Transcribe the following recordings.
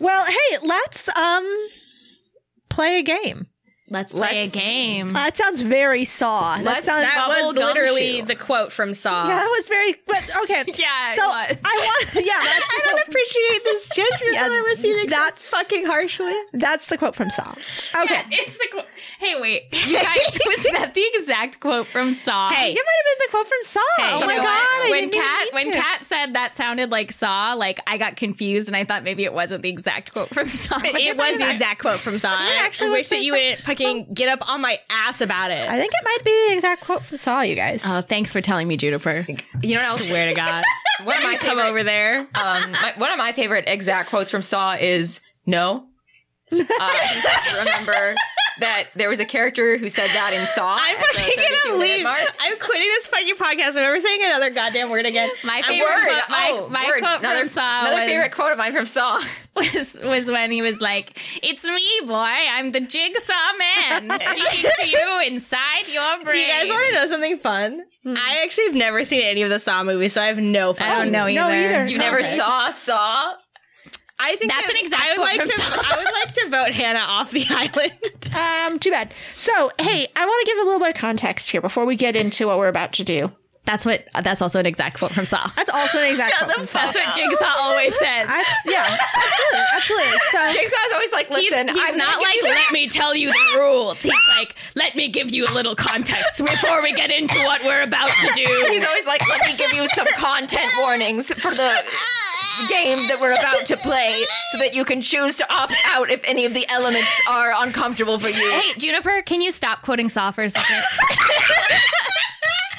Well, hey, let's um play a game. Let's play Let's- a game. Uh, that sounds very Saw. Let's- sounds that was Bubble literally gumshoe. the quote from Saw. yeah, that was very. But okay, Yeah, it So was. I want. Yeah, that's the, quote, appreciate this judgment Yeah, that's- fucking harshly. that's the quote from Saw. Okay, Yeah, it's the quote. Hey, wait, you guys, was that the exact quote from Saw? Hey, Oh, it might have been the quote from Saw. oh You my know god! what? I when didn't even Kat mean when to. Kat said that sounded like Saw, like I got confused and I thought maybe it wasn't the exact quote from Saw. but it was the not. exact quote from Saw. I actually was wish that you from- would fucking get up on my ass about it. I think it might be the exact quote from Saw. You guys. Oh, thanks for telling me, Juniper. You know what else? swear to God. One of my Come favorite- over there. um, my, one of my favorite exact quotes from Saw is "No." Uh, I remember that there was a character who said that in Saw. I'm at the fucking gonna 32 minute leave. mark. I'm quitting this fucking podcast. I'm never saying another goddamn word again. My I'm favorite worried. quote, my, Oh, my word. quote another, from Saw Another was, favorite quote of mine from Saw. was was when he was like, "It's me, boy. I'm the jigsaw man speaking to you inside your brain." Do you guys want to know something fun? I actually have never seen any of the Saw movies, so I have no fun. I Oh, don't know no, either. You never Okay. saw Saw. I think That's that- an exact I would quote like from to. Saw. I would like to vote Hannah off the island. Um, too bad. So, hey, I want to give a little bit of context here before we get into what we're about to do. That's what. That's also an exact quote from Saw. That's also an exact quote from Saw. That's what Jigsaw always says. That's- yeah, absolutely, absolutely. So, Jigsaw's always like, He's, "Listen, he's I'm not gonna like, give you- let me tell you the rules. He's like, let me give you a little context before we get into what we're about to do. He's always like, "Let me give you some content warnings for the." Game that we're about to play, so that you can choose to opt out if any of the elements are uncomfortable for you. Hey, Juniper, can you stop quoting Saw for a second?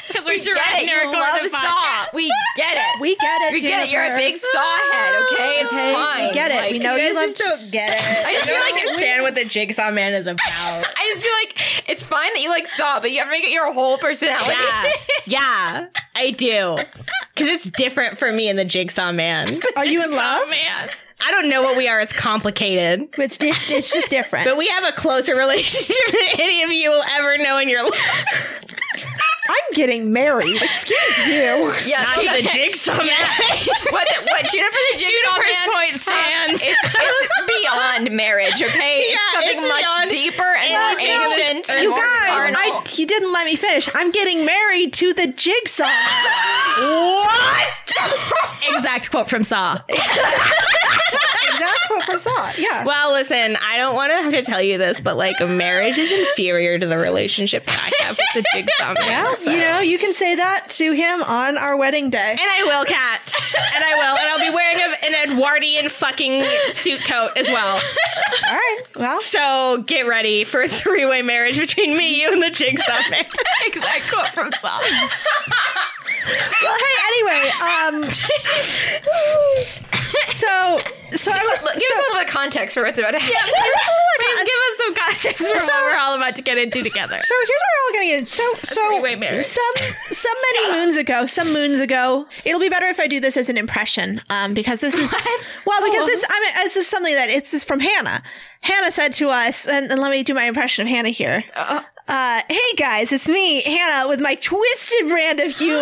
Because we're get it. directing You love Saw. We get it. we get it. We get it. You're a Jennifer. big Saw head. Okay, it's Okay, fine. We get it. Like, we know you guys love. just don't get it. I just You feel don't like it's- understand what the Jigsaw Man is about. I just feel like it's fine that you like Saw, but you have to make it your whole personality. yeah, yeah, I do. Because it's different for me and the Jigsaw Man. Are you in love? man. I don't know what we are. It's complicated. It's just, it's just different. But we have a closer relationship than any of you will ever know in your life. I'm getting married. Excuse you. Yeah, so Not the that- Jigsaw Man. what, the, what Juniper the Jigsaw Juniper's Man point has- stands. It's, it's beyond marriage. Okay, Yeah, it's something it's much beyond- deeper and more no, ancient. and You more guys, I, carnal. you didn't let me finish. I'm getting married to the jigsaw. Exact quote from Saw. exact quote from Saw. Yeah. Well, listen, I don't want to have to tell you this, but like marriage is inferior to the relationship that I have with the Jigsaw Man. Yeah, so- You know, you can say that to him on our wedding day. And I will, Kat. And I will. And I'll be wearing a, an Edwardian fucking suit coat as well. All right. Well, So get ready for a three way marriage between me, you, and the Jigsaw Man. exact quote from Saw. well hey, anyway, um So so I Give us a little bit of context for what's about to happen. Please give us some context for what we're all about to get into together. So here's where we're all gonna get. in. So three-way so marriage. some some many moons ago, some moons ago, it'll be better if I do this as an impression, um, because this is well, because this I mean, this is something that it's is from Hannah. Hannah said to us, and, and let me do my impression of Hannah here. Uh, hey guys, it's me, Hannah, with my twisted brand of humor.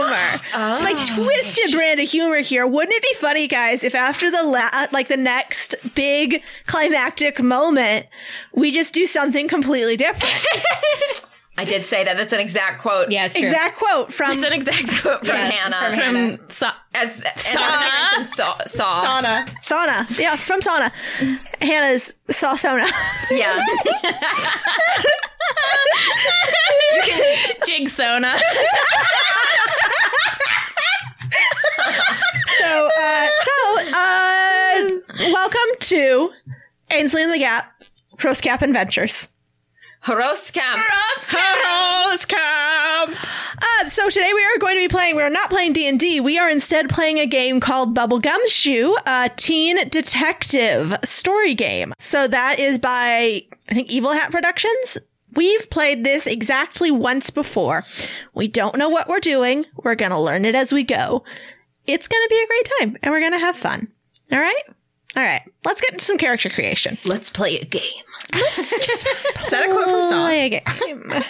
So my twisted brand of humor here. Wouldn't it be funny, guys, if after the la- uh, like the next big climactic moment, we just do something completely different? I did say that. That's an exact quote. yeah, it's true. Exact quote from It's an exact quote from from, Hannah. from Saw. As, and Saw. and Saw. Saw. Sauna. Sauna. Yeah, from Sauna. Hannah's saw sauna. Yeah. Jigsona. so, uh, so uh, welcome to Ainsley and the Gap, Rose Gap Adventures. Horoscam. Horoscope. Uh, so today we are going to be playing. We are not playing D and D. We are instead playing a game called Bubblegum Shoe, a teen detective story game. So that is by I think Evil Hat Productions. We've played this exactly once before. We don't know what we're doing. We're gonna learn it as we go. It's gonna be a great time, and we're gonna have fun. All right, all right. Let's get into some character creation. Let's play a game. Is that a quote from Saw? Play a game.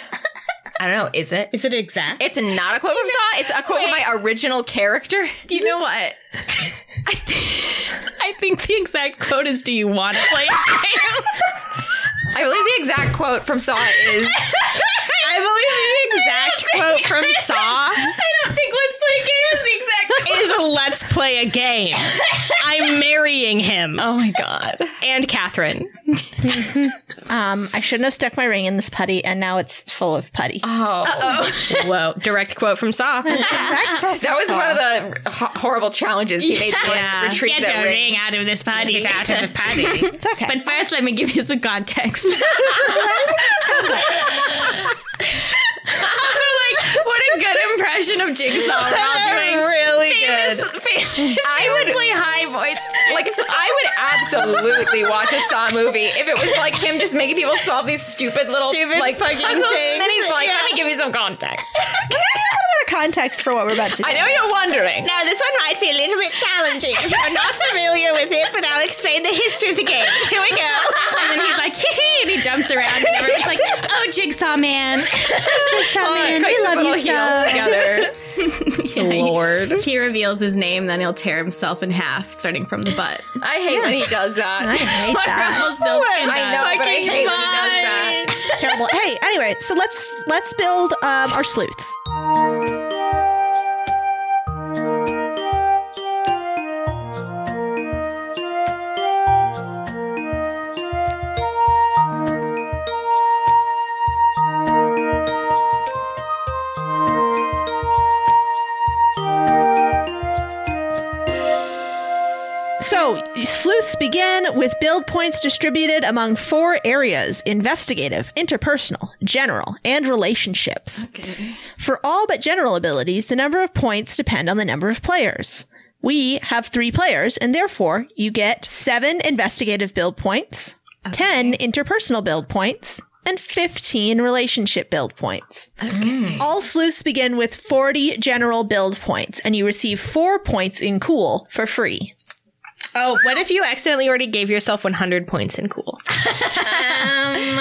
I don't know. Is it? Is it exact? It's not a quote from Saw. It's a quote from my original character. You know what? I, I think the exact quote is Do you want to play a game? I believe the exact quote from Saw is I believe the exact quote from Saw I don't think Let's Play a Game is the exact is let's play a game. I'm marrying him Oh my god. and Catherine. Um, I shouldn't have stuck my ring in this putty, and now it's full of putty. Uh, oh Whoa, direct quote from Saw. that was one of the ho- horrible challenges he made someone Yeah. retrieve Get that your ring. ring out of this party. it's okay. But first, let me give you some context. also, like, what a good impression of Jigsaw while doing really famous, fam- famously high voiced. Like I would absolutely watch a Saw movie if it was like him just making people solve these stupid little Stupid like fucking puzzles, and then things. he's like, Yeah. "Let me give you some context." Can I get a little bit of context for what we're about to do? I know you're wondering. Now, this one might be a little bit challenging if you're not familiar with it, but I'll explain the history of the game. Here we go. And then he's like, hee hee, and he jumps around, and everyone's like, oh, Jigsaw Man. Come in, we Clicks love the you little heels so. together. Lord. He reveals his name, then he'll tear himself in half, starting from the butt. I hate when he does that. I hate that. Rumpelstiltskin I know, does. but I hate when he does that. Terrible. Hey, anyway, so let's let's build um, our sleuths. So, sleuths begin with build points distributed among four areas investigative, interpersonal, general, and relationships. For all but general abilities, the number of points depend on the number of players. We have three players, and therefore you get seven investigative build points, 10 interpersonal build points, and 15 relationship build points. Mm. All sleuths begin with 40 general build points, and you receive four points in cool for free. Oh, what if you accidentally already gave yourself 100 points in cool? What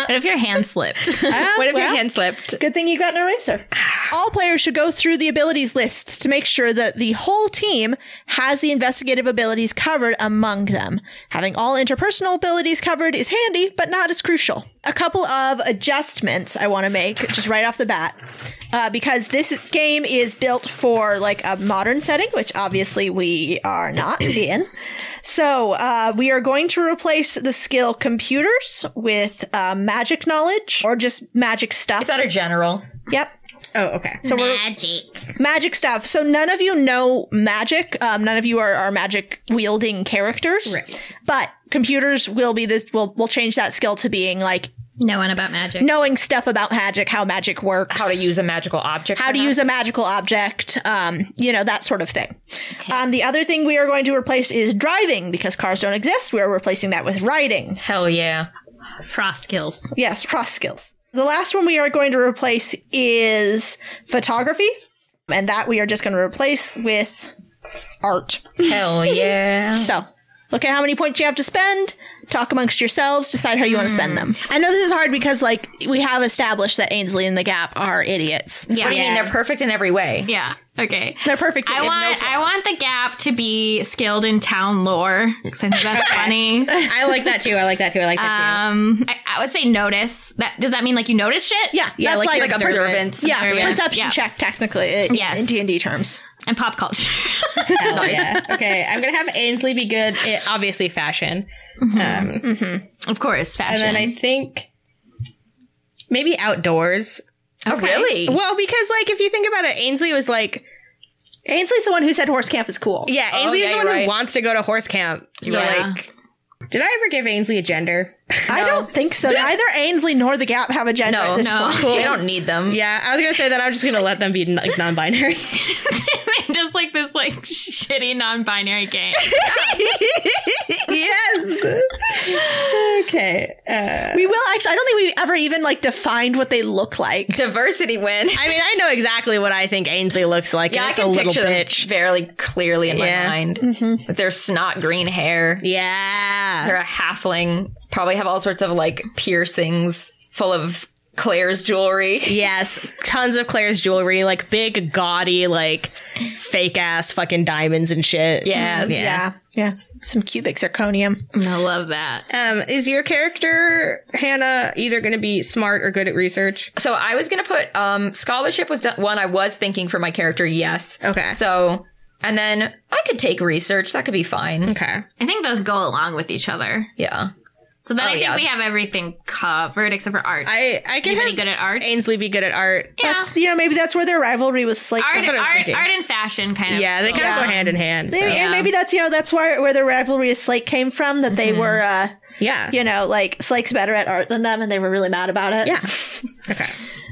if your hand slipped? Ah, What if well, your hand slipped? Good thing you got an eraser. All players should go through the abilities lists to make sure that the whole team has the investigative abilities covered among them. Having all interpersonal abilities covered is handy, but not as crucial. A couple of adjustments I want to make just right off the bat. Uh, because this game is built for like a modern setting, which obviously we are not in. So uh, we are going to replace the skill computers with uh, magic knowledge or just magic stuff. a general? Yep. Oh, okay. So we're Magic. magic stuff. So none of you know magic. Um, none of you are, are magic wielding characters. Right. But computers will be this. Will will change that skill to being like No one about magic. knowing stuff about magic, how magic works, How to use a magical object? how to use a magical object, um, you know, that sort of thing. Um, the other thing we are going to replace is driving because cars don't exist. We are replacing that with riding. Hell yeah! Frost skills. Yes, cross skills. The last one we are going to replace is photography, and that we are just going to replace with art. Hell yeah! So, look at how many points you have to spend. Talk amongst yourselves. Decide how you want to spend them. Mm. I know this is hard because, like, we have established that Ainsley and the Gap are idiots. Yeah. what do you mean? They're perfect in every way. Yeah. Okay. They're perfect. I want I want the gap to be skilled in town lore because I think that's funny. I like that too. I like that too. I like that Um, I, I would say notice. That does that mean like you notice shit? Yeah, Yeah, that's like like, you're Like a perce- observance. yeah, observant. perception Yeah. check technically in- Yes. in D and D terms. And pop culture. too. Hell yeah. Okay, I'm gonna have Ainsley be good at obviously fashion, um, of course, and fashion. then I think maybe outdoors. Oh, Okay. really? Well, because like if you think about it, Ainsley was like, Ainsley's the one who said horse camp is cool. yeah, Oh, Ainsley's yeah, the you're one who right. wants to go to horse camp. So Yeah. like, did I ever give Ainsley a gender? I don't think so. Neither Ainsley nor the Gap have a gender No, at this no. point. They don't need them. yeah, I was gonna say that. I'm just gonna let them be like non-binary. just like this like shitty non-binary game. yes. okay. Uh, We will actually. I don't think we ever even like defined what they look like. Diversity win. I mean, I know exactly what I think Ainsley looks like. Yeah, and I it's can a little picture bitch. them very clearly in Yeah. my mind. With their snot green hair. Yeah. They're a halfling. Probably have all sorts of like piercings full of Claire's jewelry. Yes, tons of Claire's jewelry, like big, gaudy, like fake ass fucking diamonds and shit. Yes. Yeah. yeah. s- Some cubic zirconium. I love that. Um, is your character Hannah either going to be smart or good at research? So I was gonna put um scholarship was done, one I was thinking for my character. Yes. Okay. So and then I could take research. That could be fine. Okay. I think those go along with each other. Yeah. So then I Oh, think yeah. we have everything covered except for art. I I can Anybody have good at art? Ainsley be good at art. Yeah. That's you know maybe that's where their rivalry was Slate. art, comes from. what I was art, thinking. art and fashion kind of. Yeah, they kind of Yeah. go hand in hand. Maybe, so. And maybe that's you know that's why where their rivalry of Slate came from. That they were uh, Yeah. you know like Slake's better at art than them, and they were really mad about it. Yeah. Okay.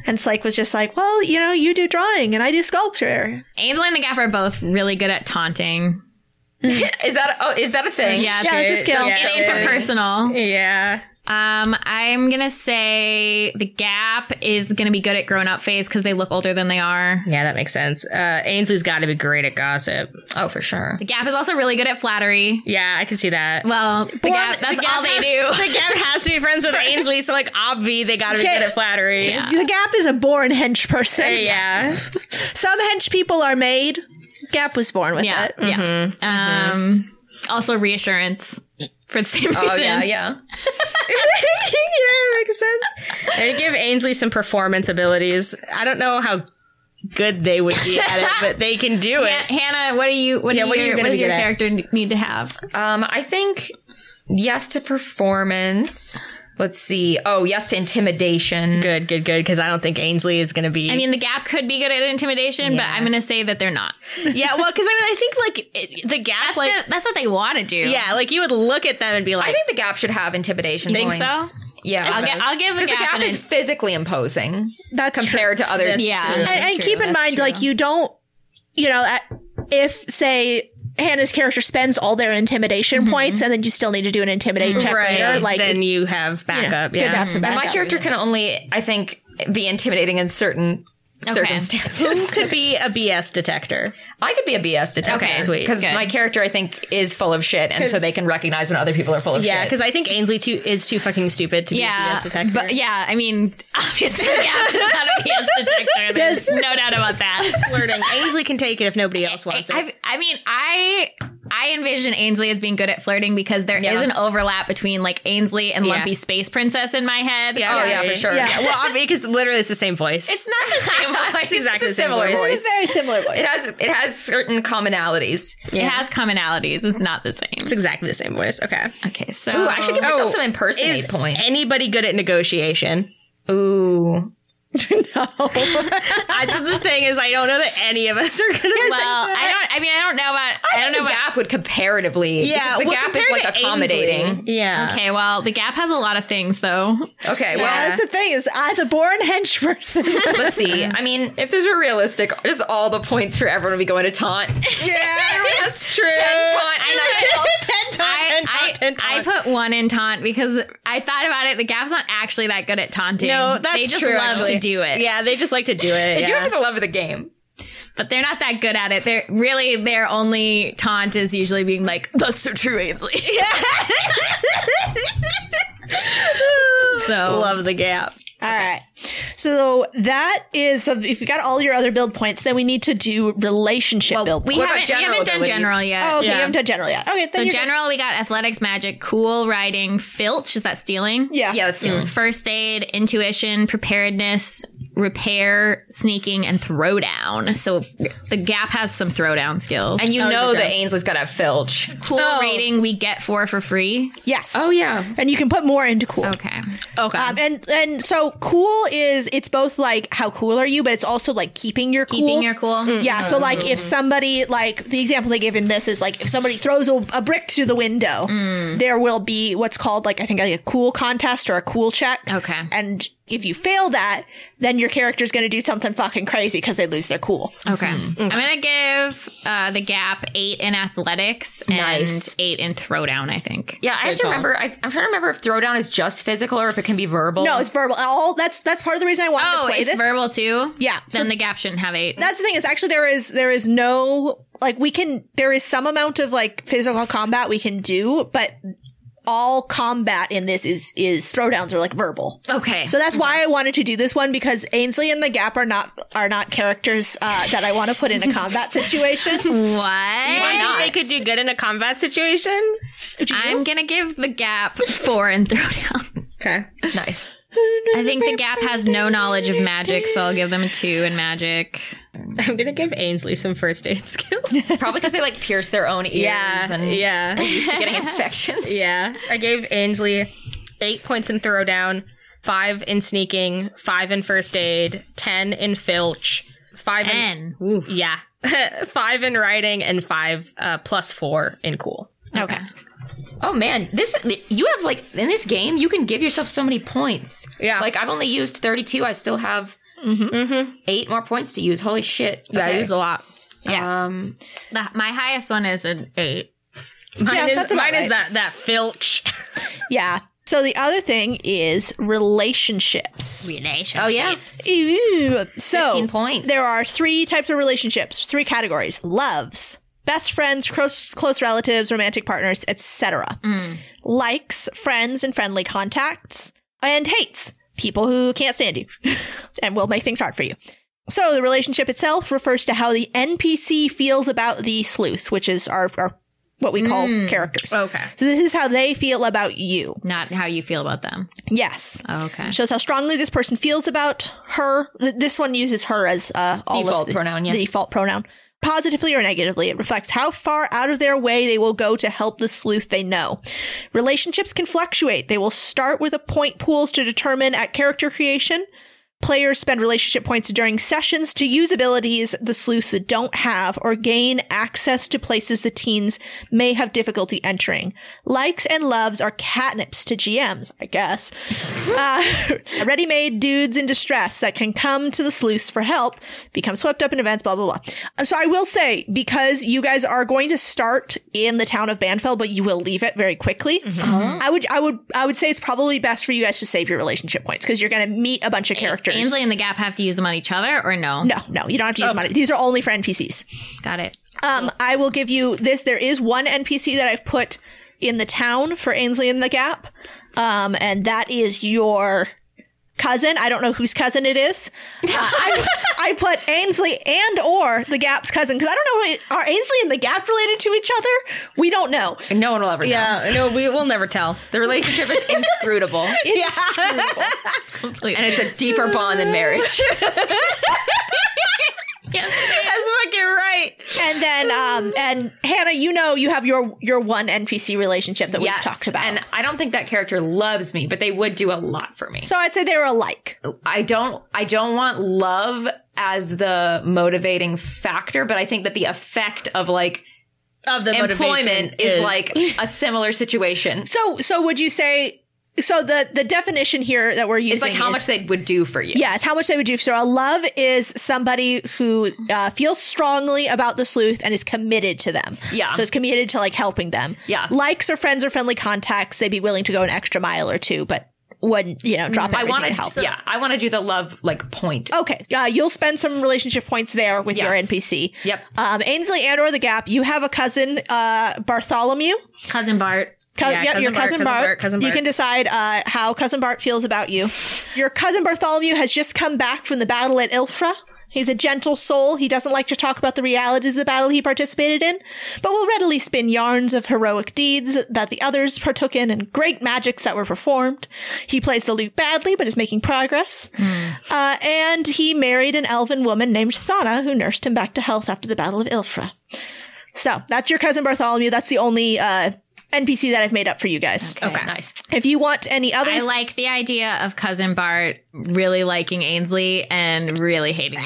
And Slake was just like, well, you know, you do drawing and I do sculpture. Ainsley and the Gaffer are both really good at taunting. is that oh is that a thing? Yeah, Yeah, they're- it's a skill. and Yeah, it is. interpersonal. Yeah. Um, I'm gonna say the Gap is gonna be good at grown up phase because they look older than they are. Yeah, that makes sense. Uh, Ainsley's got to be great at gossip. Oh, for sure. The Gap is also really good at flattery. Yeah, I can see that. Well, the Gap, that's all they do. The Gap has to be friends with Ainsley, so like, obvi, they got to be Okay. good at flattery. Yeah. The Gap is a born hench person. Yeah. Some hench people are made. Gap was born with Yeah, it. yeah. Mm-hmm, Um, also reassurance for the same reason. Oh yeah, yeah. yeah, makes sense. They're gonna give Ainsley some performance abilities. I don't know how good they would be at it, but they can do Han- it. Hannah, what do you? What Yeah, do what are your, you gonna what does be your good at? character n- need to have? Um, I think yes to performance. Let's see. Oh, yes to intimidation. Good, good, good. Because I don't think Ainsley is gonna be. I mean, the Gap could be good at intimidation, but I'm gonna say that they're not. yeah, well, because I mean, I think like it, the gap, That's like, the, that's what they want to do. yeah, like you would look at them and be like, I think the gap should have intimidation. Think points. so? Yeah, I'll, get, I'll give the Because the Gap. an gap is physically imposing That's compared to other. That's Yeah. teams. true. and, and True, keep in that's mind, true. like you don't, you know, at- if say Hannah's character spends all their intimidation points, and then you still need to do an intimidate check later, like then you have you know, backup. good to yeah, have some my backup. character can only, I think, be intimidating in certain Okay. who circumstances. could be a BS detector? I could be a BS detector, Okay, sweet. because Good. my character, I think, is full of shit, and so 'Cause- they can recognize when other people are full of Yeah, shit. because I think Ainsley too is too fucking stupid to be a Yeah, BS detector. but yeah, I mean, obviously, the Gap is not a BS detector. There's no doubt about that. flirting, Ainsley can take it if nobody else wants it. I, I mean, I I envision Ainsley as being good at flirting because there is Yeah. an overlap between like Ainsley and Yeah. Lumpy Space Princess in my head. Oh, yeah, for sure. Yeah. Yeah, well, obviously, because literally it's the same voice. it's not the same. voice. it's exactly a the same similar voice. It's a very similar voice. It has it has certain commonalities. It has commonalities. It's not the same. It's exactly the same voice. Okay. Okay, so Ooh, I should give myself Oh, some impersonate Is points. anybody good at negotiation? Ooh, That's the thing is, I don't know that any of us are good at Well, I don't. I mean, I don't know about. I, I don't don't know know. The about. gap would comparatively, Yeah, because the well, gap is compared like to accommodating. Ainsley. Yeah. Okay, well, the Gap has a lot of things though. Okay, Yeah, well, that's the thing is, as a born hench person, let's see. I mean, if this were realistic, just all the points for everyone would be going to taunt. Yeah, that's true. taunt, and I felt- Uh, ten taunt, I, ten taunt, ten I- I taunt. put one in taunt because I thought about it. The Gap's not actually that good at taunting. No, that's they just true, love actually. to do it. Yeah, they just like to do it. They do it yeah. for the love of the game. but they're not that good at it. They're really their only taunt is usually being like, "That's so true, Ainsley." so Love the gap. All right. So that is so if you got all your other build points, then we need to do relationship build. we points. What about haven't, we general haven't done abilities? general yet. oh, okay, yeah. you haven't done general yet. Okay, then so you're general, we got athletics, magic, cool riding, filch. Is that stealing? Yeah. Yeah, that's the only- First aid, intuition, preparedness, repair, sneaking, and throwdown. So the gap has some throwdown skills. and you Oh, know okay. that Ainsley's got to have filch. cool rating, we get four for free. Yes. yeah, And you can put more into cool. Okay. Oh, Okay. Uh, Um, and and so cool is it's both like how cool are you, but it's also like keeping your cool. Mm. Keeping your cool. Mm-hmm. yeah. So like if somebody like the example they give in this is like if somebody throws a, a brick through the window, Mm. there will be what's called like I think like a cool contest or a cool check. Okay. And if you fail that, then your character's going to do something fucking crazy because they lose their cool. Okay. I'm going to give uh, the gap eight in athletics and Nice. eight in throwdown, I think. yeah. I have to remember. I, I'm trying to remember if throwdown is just physical or if it can be verbal. No, it's verbal. All that's that's part of the reason I wanted Oh, to play it's this. verbal too? Yeah, so- Then the gap shouldn't have eight. that's the thing is actually there is there is no like we can there is some amount of like physical combat we can do but all combat in this is is throwdowns are like verbal. Okay. So that's why I wanted to do this one because Ainsley and the Gap are not are not characters uh, that I want to put in a combat situation. what? Why not? They could do good in a combat situation. I'm gonna give the gap four and throwdown. Okay. Nice. I think the gap has no knowledge of magic, so I'll give them a two in magic. I'm gonna give Ainsley some first aid skills. Probably because they like pierce their own ears and yeah. used to getting infections. Yeah, I gave Ainsley eight points in throwdown, five in sneaking, five in first aid, ten in filch, five in N. Ooh. yeah, five in writing, and five uh, plus four in cool. Okay. Oh man, this you have like in this game you can give yourself so many points. Yeah. Like I've only used thirty two. I still have Mm-hmm. eight more points to use. Holy shit! That Okay. is a lot. Um. The, my highest one is an eight. Mine Yeah, is that's about mine is right. that that filch. yeah. So the other thing is relationships. Relationships. Oh yeah. Ew. So 15 points. there are three types of relationships, three categories: loves, best friends, close close relatives, romantic partners, etc. Likes, friends, and friendly contacts, and hates, people who can't stand you and will make things hard for you. So the relationship itself refers to how the NPC feels about the sleuth, which is our, our what we call characters. Okay. So this is how they feel about you. Not how you feel about them. Yes Okay. shows how strongly this person feels about her. Th- This one uses her as uh, all Default of the, pronoun, yeah. the default pronoun. Positively or negatively, it reflects how far out of their way they will go to help the sleuth they know. Relationships can fluctuate. They will start with a point pools to determine at character creation. Players spend relationship points during sessions to use abilities the sleuths don't have or gain access to places the teens may have difficulty entering. Likes and loves are catnips to GMs, I guess. Uh, Ready made dudes in distress that can come to the sleuths for help, become swept up in events, blah, blah, blah. Uh, So I will say, because you guys are going to start in the town of Banfell, but you will leave it very quickly, I would, I would, I would say it's probably best for you guys to save your relationship points because you're going to meet a bunch of characters. Ainsley and the gap have to use them on each other or no? no, no, you don't have to use money. These are only for NPCs. Got it. Um, I will give you this. There is one NPC that I've put in the town for Ainsley in the Gap, um, and that is your cousin. I don't know whose cousin it is. Uh, I, I put Ainsley and or the Gap's cousin because I don't know are Ainsley and the Gap related to each other. We don't know. No one will ever know. Yeah, Uh, no, we will never tell. The relationship is inscrutable, Yeah. and it's a deeper bond than marriage. That's fucking right. And then um, and Hannah, you know you have your your one NPC relationship that we've talked about. and I don't think that character loves me, but they would do a lot for me. so I'd say they were alike. I don't I don't want love as the motivating factor, but I think that the effect of like Of the motivation employment is, like a similar situation. So so would you say so the the definition here that we're using It's like how is, much they would do for you. yeah, it's how much they would do. So a love is somebody who uh, feels strongly about the sleuth and is committed to them. Yeah. So it's committed to like helping them. Yeah. Likes or friends or friendly contacts, they'd be willing to go an extra mile or two, but wouldn't, you know, drop I everything want to help. to yeah, I want to do the love like point. Okay. Uh, you'll spend some relationship points there with your Yes. NPC. Yep. Um, Ainsley and or the Gap, you have a cousin, uh, Bartholomew. Cousin Bart. Co- Yeah, yep, your Cousin cousin Bart, Cousin Bart, Bart, Cousin You Bart. can decide uh, how cousin Bart feels about you. Your cousin Bartholomew has just come back from the battle at Ilfra. He's a gentle soul. He doesn't like to talk about the realities of the battle he participated in, but will readily spin yarns of heroic deeds that the others partook in and great magics that were performed. He plays the lute badly, but is making progress. Hmm. Uh, and he married an elven woman named Thana, who nursed him back to health after the Battle of Ilfra. So that's your cousin Bartholomew. That's the only uh, NPC that I've made up for you guys. Okay, nice. If you want any I others, like the idea of cousin Bart really liking Ainsley and really hating me.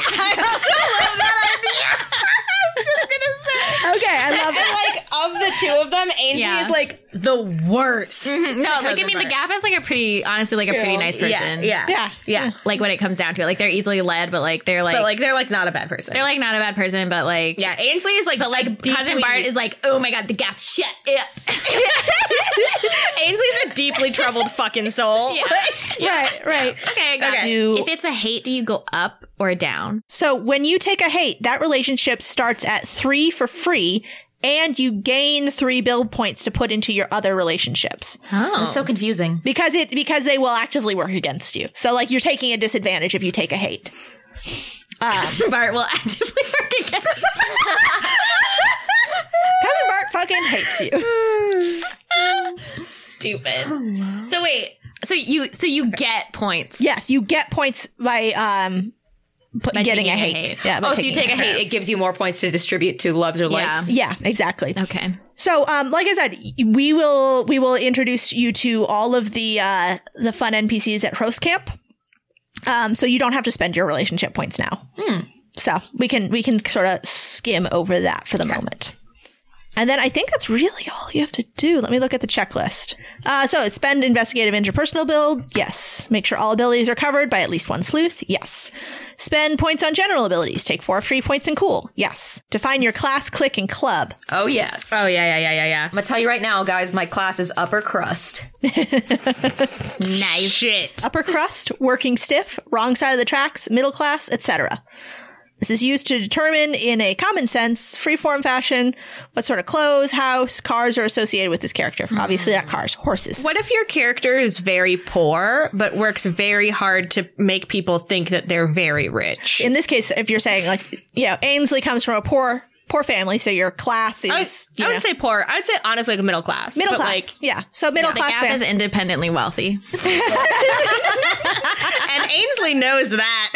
okay, I love it. like of the two of them, Ainsley Yeah. is like the worst. no, like I Cousin mean, the Bart. Gap is like a pretty, honestly, like a pretty nice person. Yeah, Yeah. yeah, yeah. Like when it comes down to it, like they're easily led, but like they're like, But like they're like not a bad person. they're like not a bad person, but like yeah, Ainsley is like But like cousin Bart is like, oh my god, the Gap, shut up. Ainsley's a deeply troubled fucking soul. Right, right. okay, I got Okay. you. You- If it's a hate, do you go up or down? So when you take a hate, that relationship starts at three for free and you gain three build points to put into your other relationships That's so confusing. because it because they will actively work against you. So like you're taking a disadvantage if you take a hate. Uh, Bart will actively work against Cousin Bart fucking hates you. Oh, stupid. So wait, so you so you get points. Yes, you get points by um p- By getting taking a a hate. hate. Yeah. by Oh, so you taking take a hate, it gives you more points to distribute to loves or Yeah. likes. Yeah, exactly. Okay. So, um, like I said, y- we will we will introduce you to all of the uh, the fun NPCs at host camp. Um, so you don't have to spend your relationship points now. So we can we can sort of skim over that for the moment. And then I think that's really all you have to do. Let me look at the checklist. Uh, so spend investigative interpersonal build. Yes. Make sure all abilities are covered by at least one sleuth. Yes. Spend points on general abilities. Take four free points in cool. Yes. Define your class, click, and club. Oh, yes. Um, Oh yeah, yeah, yeah, yeah, yeah. I'm gonna tell you right now, guys, my class is upper crust. Nice shit. upper crust, working stiff, wrong side of the tracks, middle class, etc. This is used to determine, in a common sense, freeform fashion, what sort of clothes, house, cars are associated with this character. Obviously, not cars, horses. What if your character is very poor but works very hard to make people think that they're very rich? In this case, if you're saying like, you know, Ainsley comes from a poor, poor family, so your class is I, s- I you know, would say poor. I'd say honestly like middle class. middle but class. Like, yeah, so middle The class. gap fam- is independently wealthy. and Ainsley knows that.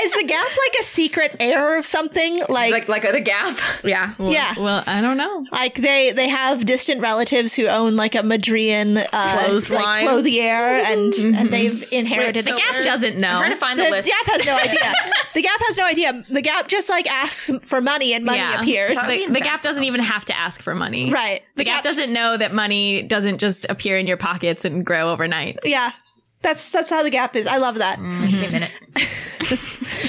is the gap like a secret heir of something? Like, Like, like the gap. yeah. yeah. Well, I don't know. Like they they have distant relatives who own like a Madrian uh, Clothesline. like, clothier, and Mm-hmm. and they've inherited The the gap doesn't know. I'm trying to find the, The list. Gap has no idea. the Gap has no idea. The Gap just like asks for money, and money yeah. appears. The, the gap doesn't even have to ask for money. Right. The, gap, doesn't know that money doesn't just appear in your pockets and grow overnight. Yeah, that's that's how the Gap is. I love that. Mm. Wait a minute.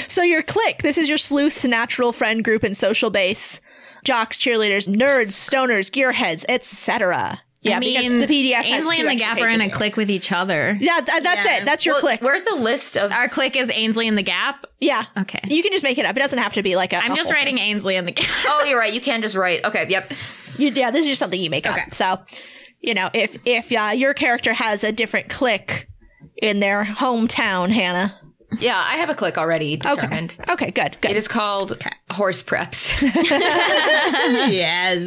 So your clique. This is your sleuth's natural friend group and social base. Jocks, cheerleaders, nerds, stoners, gearheads, etc. Yeah, I because mean, the PDF has Ainsley two and the extra Gap are in pages. a clique with each other. Yeah, th- that's it. That's your Well, clique. Where's the list of Our clique is Ainsley and the Gap. Yeah. Okay. You can just make it up. It doesn't have to be like a. I'm just writing Ainsley and the Gap. Oh, you're right. You can just write. Okay, yep. You, yeah, this is just something you make up. So, you know, if if uh, your character has a different clique in their hometown, Hannah. Yeah, I have a click already determined. Okay, good, good. It is called horse preps. yes.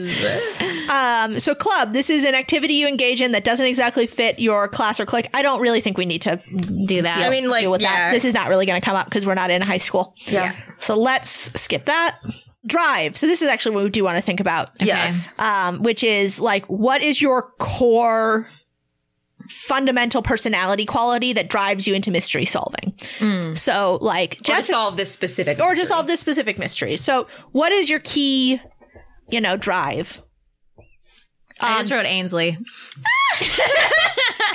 Um, so club. This is an activity you engage in that doesn't exactly fit your class or clique. I don't really think we need to Do that. I mean, like, deal with that. yeah. This is not really going to come up because we're not in high school. Yeah. So let's skip that. Drive. So this is actually what we do want to think about. Yes. um, which is like what is your core fundamental personality quality that drives you into mystery solving so like Hmm. Or to Jessica, solve this specific. or to solve this specific mystery so what is your key you know drive Um, I just wrote Ainsley.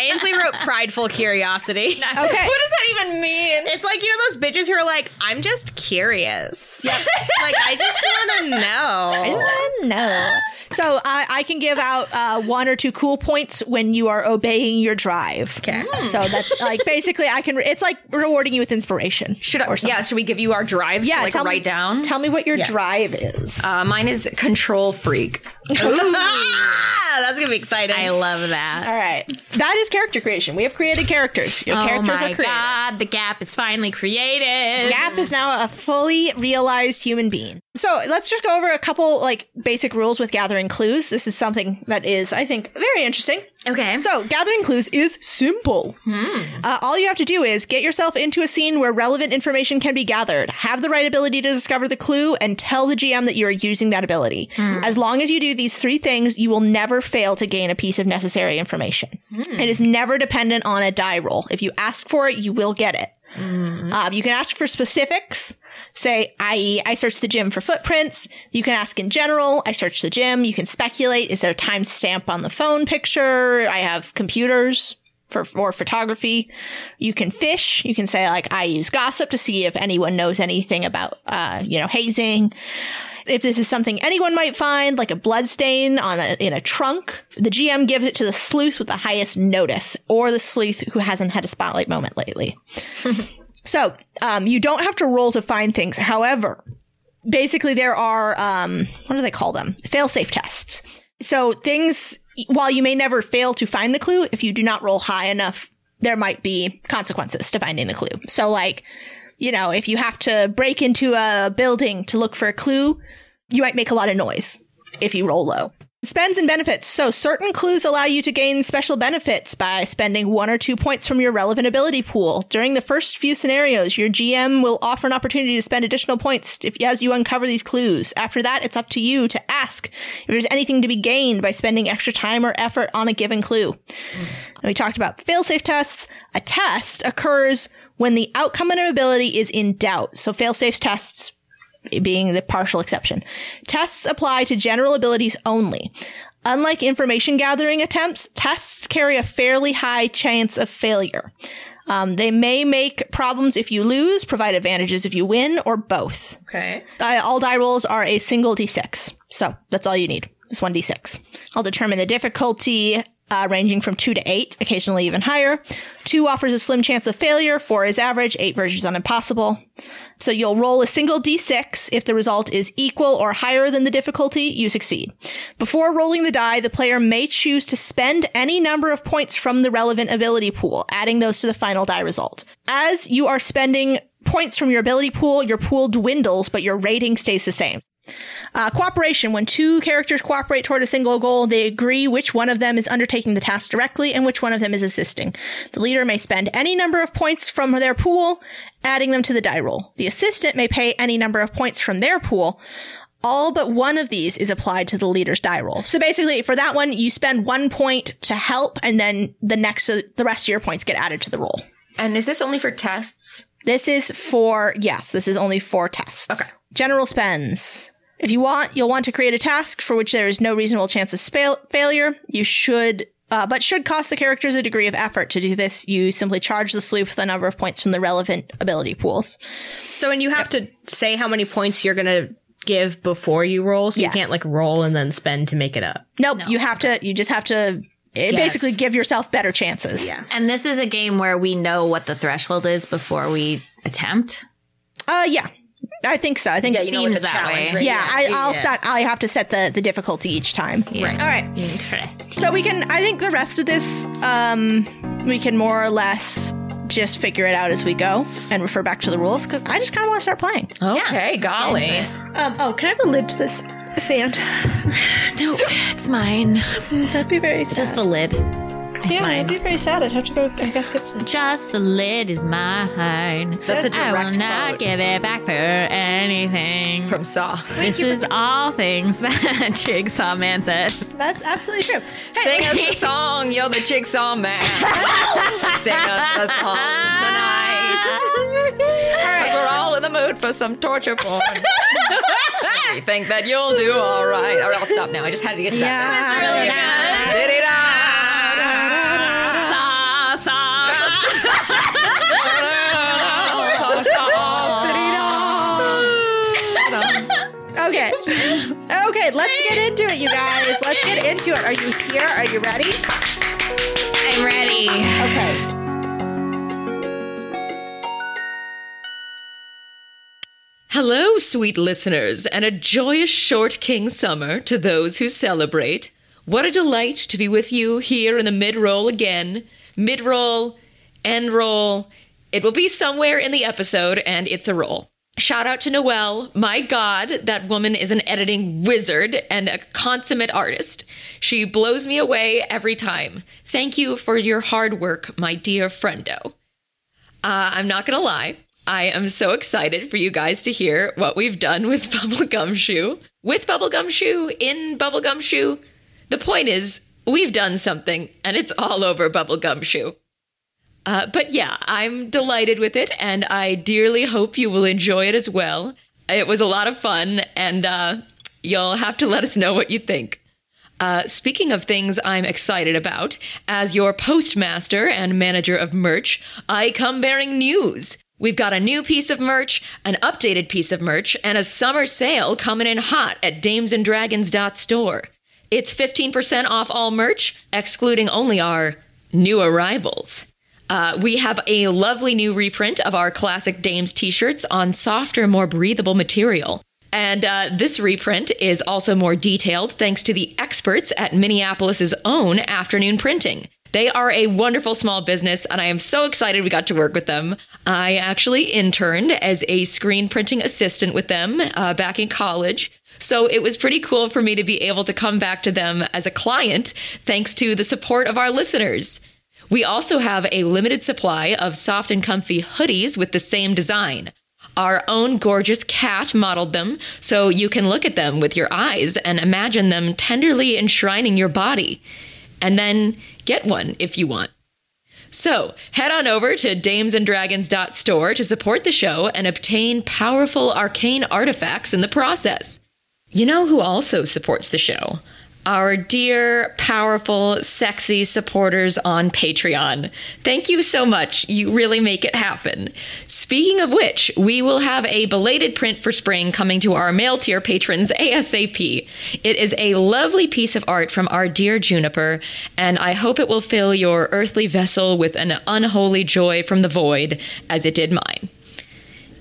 Ainsley wrote prideful curiosity. okay What does that even mean? It's like you know those bitches who are like, I'm just curious. like I just want to know. no so I, I can give out uh, one or two cool points when you are obeying your drive Okay. so that's like basically i can it's like rewarding you with inspiration Should I, yeah, should we give you our drives yeah to like tell write me, down? tell me what your drive is uh, mine is control freak. Ah, that's gonna be exciting. I love that. All right. That is character creation. We have created characters. Your Oh characters my are created. god, the gap is finally created. Gap is now a fully realized human being. So let's just go over a couple like basic rules with gathering clues. This is something that is, I think, very interesting. Okay. So gathering clues is simple. Uh, all you have to do is get yourself into a scene where relevant information can be gathered, have the right ability to discover the clue, and tell the GM that you are using that ability. As long as you do these three things, you will never fail to gain a piece of necessary information. It is never dependent on a die roll. If you ask for it, you will get it. Um, you can ask for specifics. Say, i.e., I searched the gym for footprints. You can ask in general. I searched the gym. You can speculate. Is there a timestamp on the phone picture? I have computers for or photography. You can fish. You can say like, I use gossip to see if anyone knows anything about, uh, you know, hazing. If this is something anyone might find, like a blood stain on a, in a trunk, the GM gives it to the sleuth with the highest notice, or the sleuth who hasn't had a spotlight moment lately. So um, you don't have to roll to find things. However, basically there are um, what do they call them? Fail safe tests. So things while you may never fail to find the clue, if you do not roll high enough, there might be consequences to finding the clue. So like, you know, if you have to break into a building to look for a clue, you might make a lot of noise if you roll low. Spends and benefits. So certain clues allow you to gain special benefits by spending one or two points from your relevant ability pool. During the first few scenarios, your GM will offer an opportunity to spend additional points if as you uncover these clues. After that, it's up to you to ask if there's anything to be gained by spending extra time or effort on a given clue. And we talked about failsafe tests. A test occurs when the outcome and ability is in doubt. So failsafe tests being the partial exception. Tests apply to general abilities only. Unlike information gathering attempts, tests carry a fairly high chance of failure. Um, they may make problems if you lose, provide advantages if you win, or both. Okay. Uh, all die rolls are a single d6. So that's all you need. It's one d6. I'll determine the difficulty uh, ranging from two to eight, occasionally even higher. Two offers a slim chance of failure, four is average, eight versions on impossible. So you'll roll a single d6. If the result is equal or higher than the difficulty, you succeed. Before rolling the die, the player may choose to spend any number of points from the relevant ability pool, adding those to the final die result. As you are spending points from your ability pool, your pool dwindles, but your rating stays the same. Uh, cooperation. When two characters cooperate toward a single goal, they agree which one of them is undertaking the task directly and which one of them is assisting. The leader may spend any number of points from their pool, adding them to the die roll. The assistant may pay any number of points from their pool. All but one of these is applied to the leader's die roll. So basically, for that one, you spend one point to help, and then the next, the rest of your points get added to the roll. And is this only for tests? This is for, yes, this is only for tests. Okay. General spends. If you want, you'll want to create a task for which there is no reasonable chance of fail- failure. You should, uh, but should cost the characters a degree of effort. To do this, you simply charge the sleuth with a number of points from the relevant ability pools. So, and you have to say how many points you're going to give before you roll. So Yes. you can't like roll and then spend to make it up. Nope, you have to, you just have to eh, basically give yourself better chances. Yeah. And this is a game where we know what the threshold is before we attempt. Uh, yeah. I think so. I think you know what Seems the that challenge way. rate yeah, I, I'll yeah. set. I have to set the, the difficulty each time. Yeah. All right. Interesting. So we can. I think the rest of this, um, we can more or less just figure it out as we go and refer back to the rules because I just kind of want to start playing. Oh. Okay, golly. Um, oh, can I have a lid to this sand? No, it's mine. That'd be very sad. Just the lid. yeah, mine. it'd be very sad. I'd have to go. I guess get some. Just the lid is mine. That's a I will direct not quote. give it back for anything. From Saw. this is all things that Jigsaw Man said. That's absolutely true. Hey, Sing us a song, yo, the jigsaw man. Sing us a song tonight. Cause we're all in the mood for some torture porn. we think that you'll do all right. All right, I'll stop now. I just had to get to that. yeah. Da-da-da. Saw, saw. Okay. okay. Let's get into it, you guys. Let's get into it. Are you here? Are you ready? I'm ready. Okay. Hello, sweet listeners, and a joyous short King summer to those who celebrate. What a delight to be with you here in the mid roll again. Mid roll, end roll. It will be somewhere in the episode, and it's a roll. Shout out to Noelle. My God, that woman is an editing wizard and a consummate artist. She blows me away every time. Thank you for your hard work, my dear friendo. Uh, I'm not gonna lie. I am so excited for you guys to hear what we've done with Bubblegum Shoe. With Bubblegum Shoe, in Bubblegum Shoe. The point is, we've done something, and it's all over Bubblegum Shoe. Uh, but yeah, I'm delighted with it, and I dearly hope you will enjoy it as well. It was a lot of fun, and uh, you'll have to let us know what you think. Uh, speaking of things I'm excited about, as your postmaster and manager of merch, I come bearing news. We've got a new piece of merch, an updated piece of merch, and a summer sale coming in hot at damesanddragons.store. It's 15% off all merch, excluding only our new arrivals. Uh, we have a lovely new reprint of our classic Dames t shirts on softer, more breathable material. And uh, this reprint is also more detailed thanks to the experts at Minneapolis's own Afternoon Printing. They are a wonderful small business, and I am so excited we got to work with them. I actually interned as a screen printing assistant with them uh, back in college. So it was pretty cool for me to be able to come back to them as a client thanks to the support of our listeners. We also have a limited supply of soft and comfy hoodies with the same design. Our own gorgeous cat modeled them so you can look at them with your eyes and imagine them tenderly enshrining your body. And then get one if you want. So, head on over to damesanddragons.store to support the show and obtain powerful arcane artifacts in the process. You know who also supports the show? Our dear, powerful, sexy supporters on Patreon. Thank you so much. You really make it happen. Speaking of which, we will have a belated print for spring coming to our mail tier patrons ASAP. It is a lovely piece of art from our dear Juniper, and I hope it will fill your earthly vessel with an unholy joy from the void as it did mine.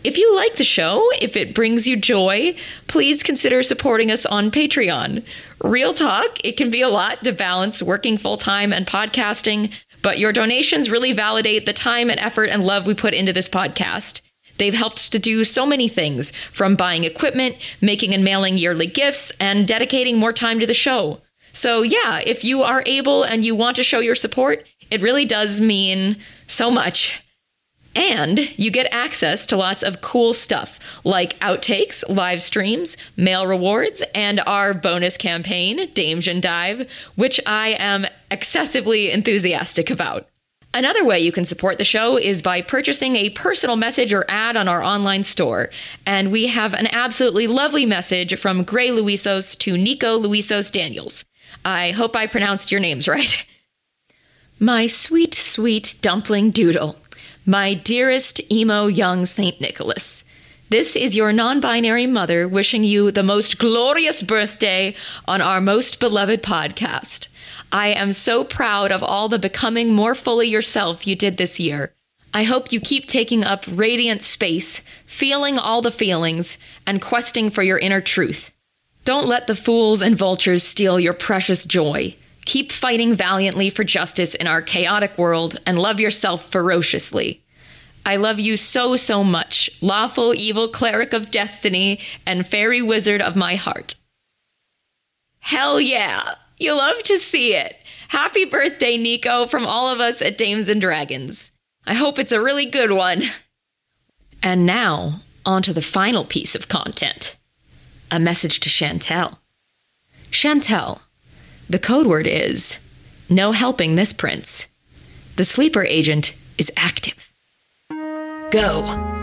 If you like the show, if it brings you joy, please consider supporting us on Patreon. Real talk, it can be a lot to balance working full time and podcasting, but your donations really validate the time and effort and love we put into this podcast. They've helped us to do so many things from buying equipment, making and mailing yearly gifts, and dedicating more time to the show. So, yeah, if you are able and you want to show your support, it really does mean so much. And you get access to lots of cool stuff like outtakes, live streams, mail rewards, and our bonus campaign, Dames and Dive, which I am excessively enthusiastic about. Another way you can support the show is by purchasing a personal message or ad on our online store. And we have an absolutely lovely message from Gray Luisos to Nico Luisos Daniels. I hope I pronounced your names right. My sweet, sweet dumpling doodle. My dearest emo young St. Nicholas. This is your non binary mother wishing you the most glorious birthday on our most beloved podcast. I am so proud of all the becoming more fully yourself you did this year. I hope you keep taking up radiant space, feeling all the feelings, and questing for your inner truth. Don't let the fools and vultures steal your precious joy. Keep fighting valiantly for justice in our chaotic world and love yourself ferociously. I love you so, so much, lawful evil cleric of destiny and fairy wizard of my heart. Hell yeah! You love to see it. Happy birthday, Nico, from all of us at Dames and Dragons. I hope it's a really good one. And now, on to the final piece of content a message to Chantel. Chantel, the code word is no helping this prince. The sleeper agent is active. Go.